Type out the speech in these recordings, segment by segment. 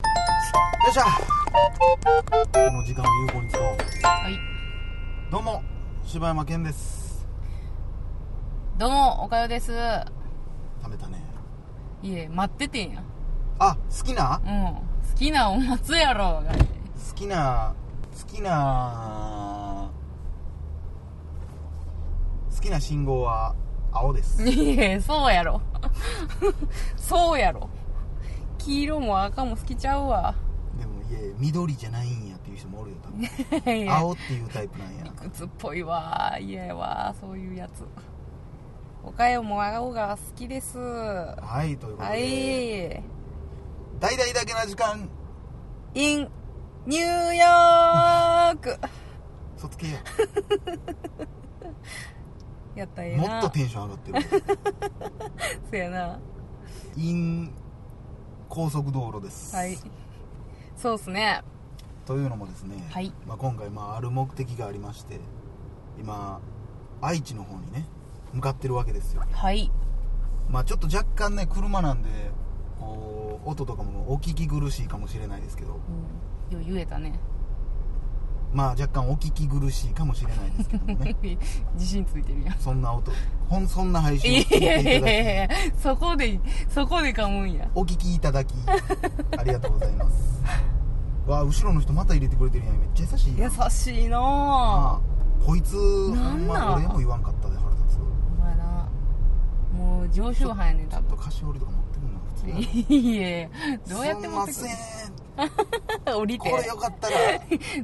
よいしょこの時間を有効に使おうはい。どうも柴山健ですどうも、おかよです。食べたねいえ、待っててんや。あ好きなうん。好きなお待つやろ。が好きな好きな好きな信号は青ですいえ、そうやろ。 そうやろ。黄色も赤も好きちゃうわ。でもいや緑じゃないんやっていう人もおるよ多分いえ、青っていうタイプなんや理屈っぽいわ。いえわ、そういうやつ。おかよも青が好きです。ははいということで、い。大々だけな時間 in ニューヨーク。そつけややったらええもな。っとテンション上がって るそうやな。イン高速道路です、はい。そうっすね。というのもですね、はいまあ、今回まあある目的がありまして今愛知の方にね向かってるわけですよはい。まあちょっと若干ね車なんでこう音とかもお聞き苦しいかもしれないですけどうん、よう言えたねまあ若干お聞き苦しいかもしれないですけどもね 自信ついてるやんそんな音ほんそんな配信を聞いいていやたいやいだきやいやそこでそこで噛むんや お聞きいただきありがとうございますわあ後ろの人また入れてくれてるやんめっちゃ優しい優やんしいなああこいつほなんんなんま俺も言わんかったで腹立つあお前なもう常習犯やねんち多ょっと分菓子折りとか持ってくんな普通にいやいやどうやって持ってすんませんくる降りこれてよかった ら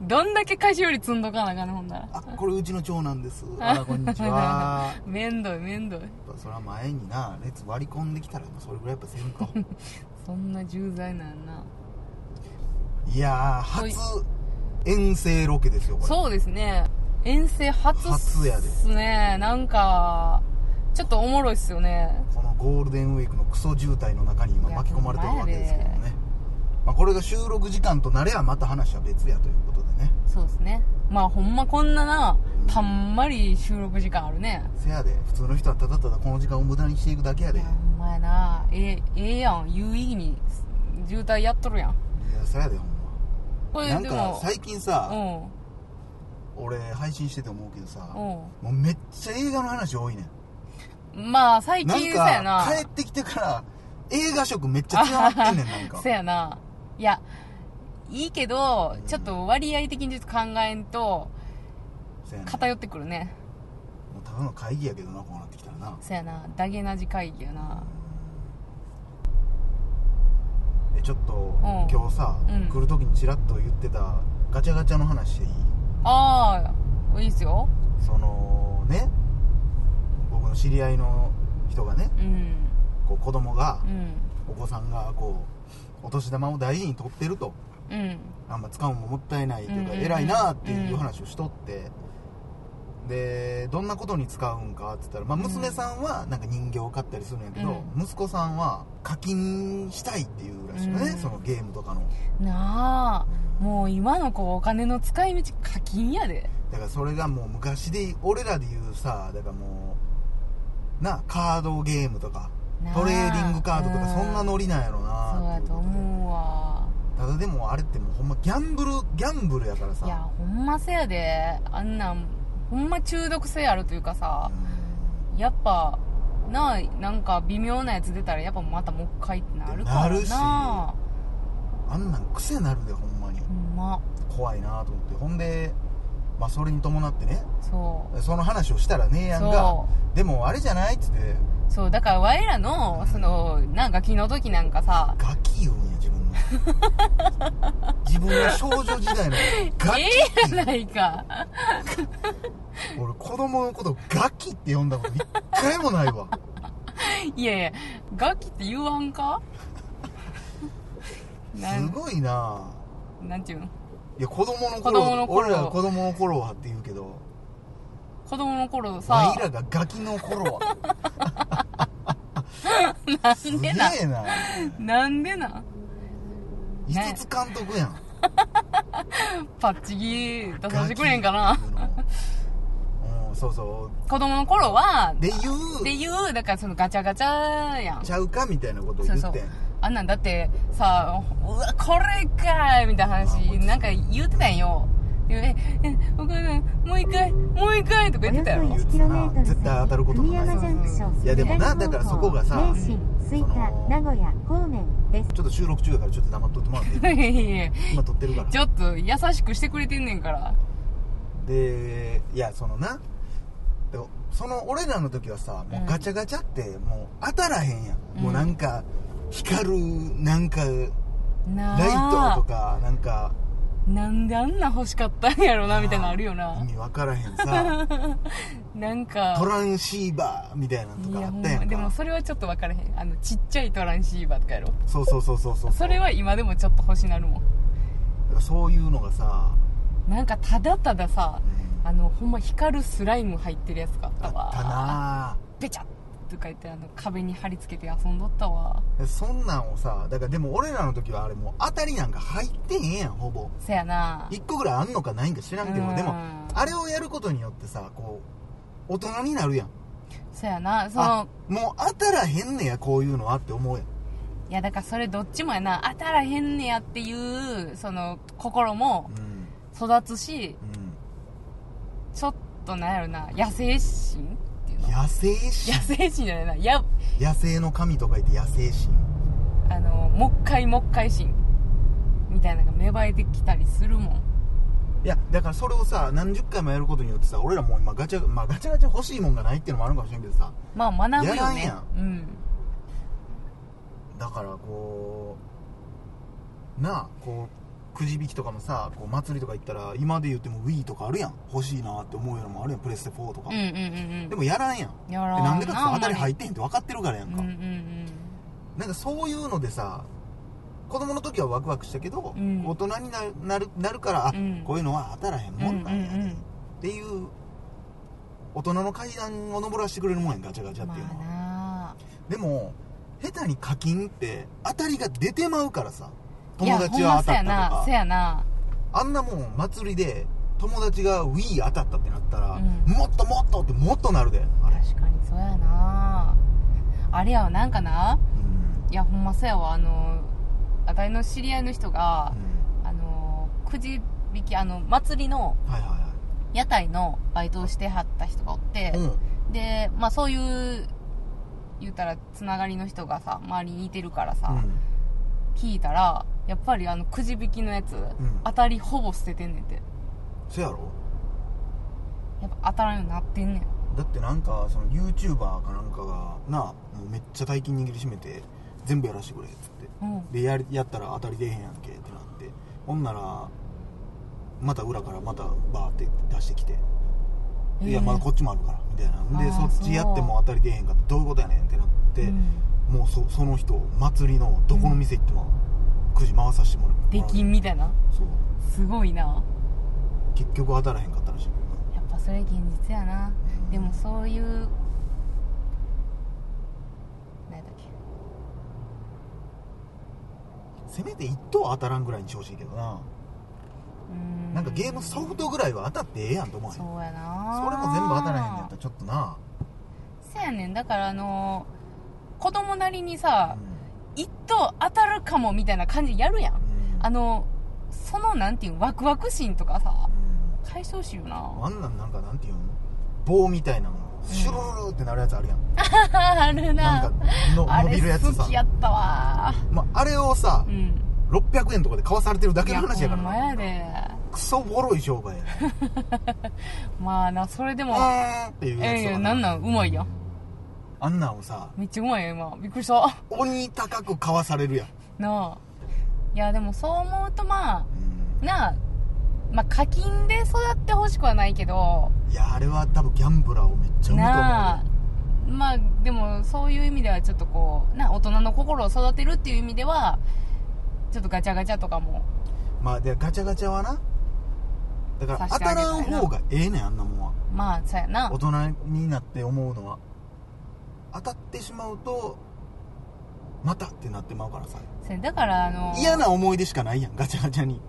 どんだけ菓子より積んどかなあかんのほんならあこれうちの長男ですあらこんにちはめんどいめんどいやっぱそれは前にな列割り込んできたらそれぐらいやっぱせん かそんな重罪なんやないやーほい初遠征ロケですよこれそうですね遠征初っ初やですねなんかちょっとおもろいっすよねこのゴールデンウィークのクソ渋滞の中に今いや巻き込まれてるわけですけどもほんまね、まあ、これが収録時間となればまた話は別やということでねそうですねまあほんまこんななたんまり収録時間あるねせやで普通の人はただただこの時間を無駄にしていくだけやいでいやほんまやなええええやん有意義に渋滞やっとるやんやせやでほんまこれなんでかも最近うさ、ん俺配信してて思うけどさ、うもうめっちゃ映画の話多いねんんまあ最な近んそうやなか帰ってきてから映画色めっちゃ強まってんねん なんかそうやないやいいけどちょっと割合的にちょっと考えんとそうやね偏ってくるねもうただの会議やけどなこうなってきたらなそうやなダゲなじ会議やなえちょっとん今日さ、うん来る時にちらっと言ってたガチャガチャの話でいいああいいっすよそのね僕の知り合いの人がねうんこう子供がう、んお子さんがこうお年玉を大事に取ってるとうんあんま使うのももったいないというか、うんうんうん偉いなっていう話をしとって、でどんなことに使うんかって言ったら、まあ、うん娘さんはなんか人形を買ったりするんやけど、息子さんは課金したいっていうらしいよね、うんそのゲームとかのなあもう今の子お金の使い道課金やでだからそれがもう昔で俺らで言うさだからもうなカードゲームとかなあトレーディングカードとかうそんなノリなんやろなそうやと思うわただでもあれってもうほんまギャンブルギャンブルやからさいやほんませやであんなんほんま中毒性あるというかさうんやっぱなあなんか微妙なやつ出たらやっぱまたもう一回ってなるからななるしあんなん癖なるでほんまにほんま怖いなと思ってほんで、まあ、それに伴ってねそうその話をしたらねえやんがそでもあれじゃないっつってうそうだから我らのそのなんか気の時なんかさガキ言うんや自 分の自分の少女時代のガキええやないか俺子供のことガキって呼んだこと一回もないわいやいやガキって言わんかなすんごいななんていうのいや子供の頃子供の頃俺らが子供の頃はって言うけど子供の頃さワイらがガキの頃 はなすんげでえなな なんでな五つ監督やんパッチギ出させてくれへんかなガキっていうのうんそうそう子供の頃はで言うっていうだからそのガチャガチャやんちゃうかみたいなことを言ってんそうそうあんなんだってさうわこれかーみたいなあ話もうなんか言ってたんよでええお母さんもう一回もう一回とか言ってたやろよ絶対当たることのないいいややででももななだだかかららそそここががささその古屋方面ですちょっと収録中だからちょっと黙っとってもらっ ていいいやいや今撮ってるからちょっと優しくしてくれてんねんからでいやそのなでもその俺らの時はさもううんガチャガチャってもう当たらへんやん、うんもうなんか光るなんかライなトとあかなんかなんであんな欲しかったんやろなみたいなのあるよ意な味わからへん さなんかトランシーバーみたいなのといかあやほっんたやまんでもかそれはちょっと分からへんあのちっちゃいトランシーバーとかやろそうそうそうそうそうそれは今でもちょっと欲しなるもんだからそういうのがさ、なんかただたださうんあのほんま光るスライム入ってるやつがあったあわったなベチャッとか言ってあの壁に貼り付けて遊んどったわぁそんなんをさだからでも俺らの時はあれもう当たりなんか入ってへんやんほぼせやな1個ぐらいあんのかないんか知らんけうどんでもあれをやることによってさこう大人になるやんせやなそあのもう当たらへんねやこういうのはって思うやんいやだからそれどっちもやな当たらへんねやっていうその心もうん育つしちょっとなんやろな野生心っていううんの野生野神生心じゃないなや野生の神と書いて野生神あのもっかいもっかい心みたいなのが芽生えてきたりするもんいやだからそれをさ何十回もやることによってさ俺らもう今ガチャ、まあ、ガチャガチャ欲しいもんがないっていうのもあるかもしれんけどさまあ学ぶやらよんねやうんだからこうなあこうくじ引きとかもさこう祭りとか行ったら今で言っても Wii とかあるやん欲しいなって思うようなもんあるやんプレステ4とか、うんうんうんでうんもやらんやんやらえなんでかってさあ当んまたり入ってへんって分かってるからやんうんか、うんうんなんかそういうのでさ子供の時はワクワクしたけど、うん大人になるなるなるから、あうんこういうのは当たらへんもんなんやうんうんうんねっていう大人の階段を登らせてくれるもんやんガチャガチャっまていうのは、あなでも下手に課金って当たりが出てまうからさいや友達は当たったとほんまかそうやなあんなもん祭りで友達が Wii 当たったってなったら、うんもっともっとってもっとなるであそうやれな、確かにそうやなあれやわなんかなうんいやほんまそうやわあの私の知り合いの人が、うあのくじ引きあの祭りのん、はいはいは屋台のバイトをしてはった人がおってい、うんでまあそういう言うたらつながりの人がさ周りにいてるからさ、聞いたらやっぱりあのくじ引きのやつ、ん当たりほぼ捨ててんねんてそやろやっぱ当たらんようになってんねんだってなんかその YouTuber かなんかがなあもうめっちゃ大金握りしめて全部やらしてくれっつってうんでやりやったら当たり出へんやんけってなってほんならまた裏からまたバーって出してきて、いやまだこっちもあるからみたいなんであーそっちやっても当たり出へんかったどういうことやねんってなって、うんもうそその人祭りのどこの店行ってもくじ回させてもらうできんみたいなそうすごいな結局当たらへんかったらしいけどなやっぱそれ現実やなでもそういう何だっけせめて1等当たらんぐらいにしてほしいけどなうーんなんかゲームソフトぐらいは当たってええやんと思うへんそうやなそれも全部当たらへんねやったらちょっとな、せやねんだからあのー子供なりにさう一等当たるかもみたいな感じやるやんんうんあのそのなんていうワクワク心とかさう解消しようんなあんなんなんかなんていうの棒みたいなのシュルルルってなるやつあるやん、あるななんかのあ伸れびるやつ好さきやったわまあれをさーうん600円とかで買わされてるだけの話やからいやほなんまやクソボロい商売や ねでまあなそれでもえーっていうやえついとかやなんなんうまいやんあんなんをさめっちゃうまいよ今びっくりした鬼高く買わされるやん、なあいやでもそう思うとまうあなあまあ課金で育ってほしくはないけどん、いやあれは多分ギャンブラーをめっちゃ生むと思うよなあまあでもそういう意味ではちょっとこうなあ大人の心を育てるっていう意味ではちょっとガチャガチャとかもまあでガチャガチャはなだから当さしてたあげたいらなん方がええねんあんなもんはまあそうやな大人になって思うのは当たってしまうとまたってなってまうからさせだからあの嫌な思い出しかないやんガチャガチ ャに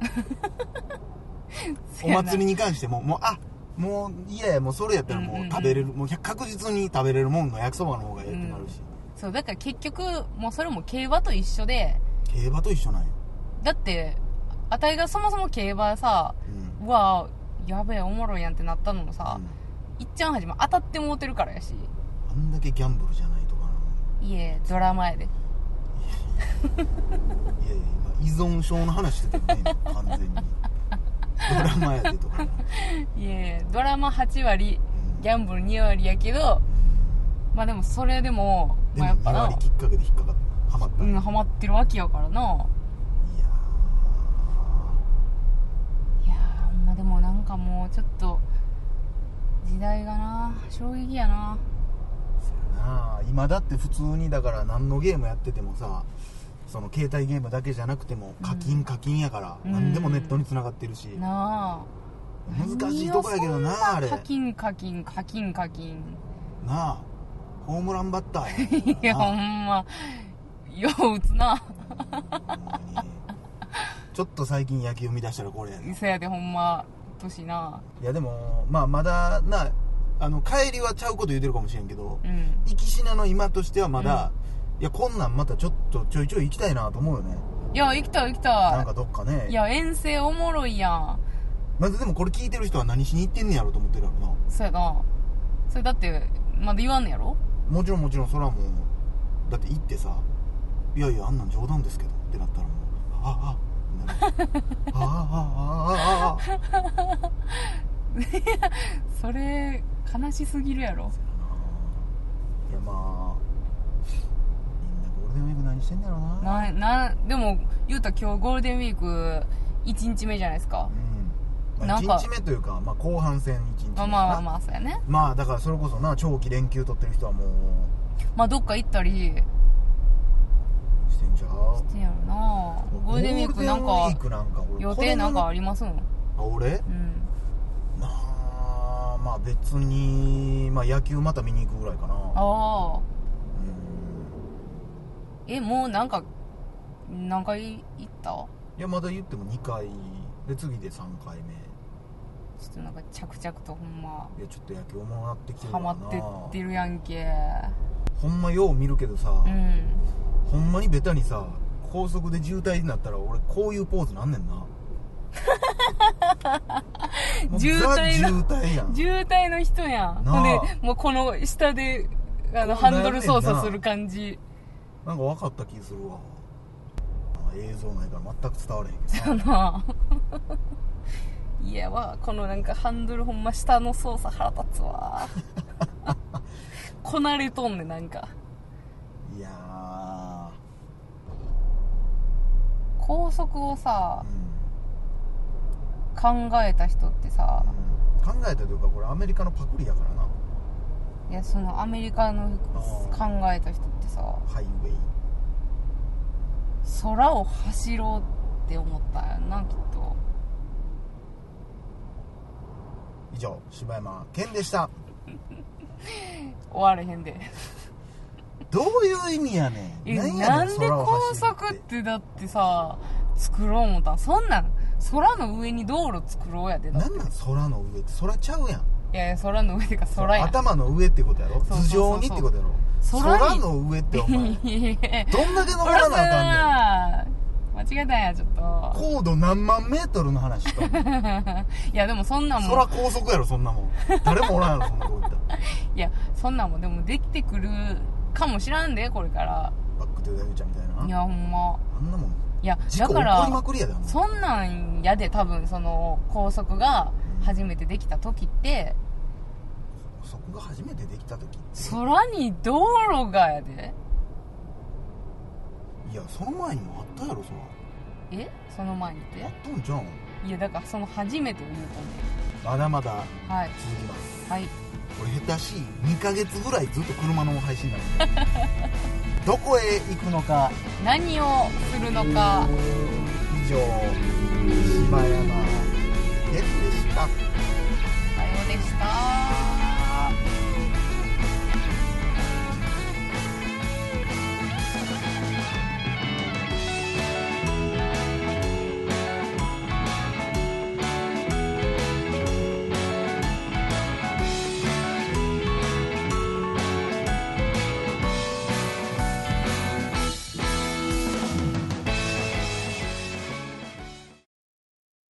お祭りりに関してももうあもう嫌やもうそれやったらうんもううん食べれる、もう100確実に食べれるもんの焼きそばの方がええってなるし、そうだから結局もうそれも競馬と一緒で競馬と一緒なんやだってあたいがそもそも競馬さうんうわやべえおもろいやんってなったのもさう、んいっちゃんはじめ当たってもうてるからやしあんだけギャンブルじゃないとかないえドラマやでいやいや今依存症の話してたよね今完 全にドラマやでとかな、いえドラマ8割うんギャンブル2割やけどまあでもそれでもでまあ、もやっぱ2な割きっかけで引っかかったハマった、ういんやハマってるわけやからないやーほんまでもなんかもうちょっと時代がな衝撃やーなそうやな今だって普通にだから何のゲームやっててもさその携帯ゲームだけじゃなくても課金課金やから、うん何でもネットに繋がってるし、なあ難しいとこやけどなあれ課な金課金課金課金あホームランバッターや いやほんまよう打つなほんまにちょっと最近野球見出したらこれやなそやでほんま年ないやでもまあまだなあの帰りはちゃうこと言うてるかもしれんけどうん行きしなの今としてはまだ、いやこんなんまたちょっとちょいちょい行きたいなと思うよねいや生きた生きなんたかどっかねいや遠征おもろいやんまずでもこれ聞いてる人は何しに行ってんねやろと思ってるやろなそやなそれだってまだ言わんのやろもちろんもちろんそれはもうだって行ってさ「いやいやあんなん冗談ですけど」ってなったらもう「あああってなるあああああああああそれ悲しすぎるやろいやまあみんなゴールデンウィーク何してんだろうなななでも言うたら今日ゴールデンウィーク1日目じゃないですかうん、まなあ、んか1日目というか、まあ、後半戦1日目まかなあまあまあまあそうやねまあだからそれこそな長期連休取ってる人はもまあどっか行ったりうしてんじゃうしてんやろなゴールデンウィークなんゴールデンウィーかクなんか俺予定なんかあ子りますん供のあ俺うんなあまあ別に、まあ、野球また見に行くぐらいかなああうんえもうなんか何回行ったちょいやまだ言っても2回で次で3回目っとなんか着々とほんまいやちょっと野球おもろなってきてるかハらマなってってるやんけほんまよう見るけどさ、うんほんまにベタにさ高速で渋滞になったら俺こういうポーズなんねん なもう渋滞ザの渋滞やん渋滞の人やんなほんあでもうこの下であのこハんなんやねんなンドル操作する感じなんか分かった気するわあ映像ないから全く伝われへんけど だないやわこのなんかハンドルほんま下の操作腹立つ わこなれとんねんなんかいや高速をー、さう考えた人ってさん、考えたというかこれアメリカのパクリやからないやそのアメリカのあ考えた人ってさハイウェイ空を走ろうって思ったんやんなきっと以上柴山健でした終われへんでどういう意味やねんえ何やなねんんで空を高走る速ってだってさ作ろう思ったんそんなん空の上に道路作ろうやでだってなんなん空の上って空ちゃうやんいやいや空の上ってか空やん頭の上ってことやろそうそう頭そうそう上にってことやろ空に空の上ってお 前いやいやどんだけ登空らさなあ間違えたんやちょっかんとねん高度何万メートルの話 しとんねんいやでもそんなんも空高速やろそんなもん誰もおらんやろそんなとこ行ったらいやそんなんもでもできてくるかもしらんでこれからバックトゥーザフューチャーみたいないやほんまあんなもんいや事だ故起かこりまらくりやであんなもんそんなんやで多分その高速が初めてできた時って高速が初めてできた時空に道路がやでいやその前にもあったやろそらえその前にっあってたんじゃうんいやだからその初めてを言うとまだまだ思うはい続きますはい俺下手しい2ヶ月ぐらいずっと車の配信なのどこへ行くのか何をするのか以上柴山哲でしたさようでした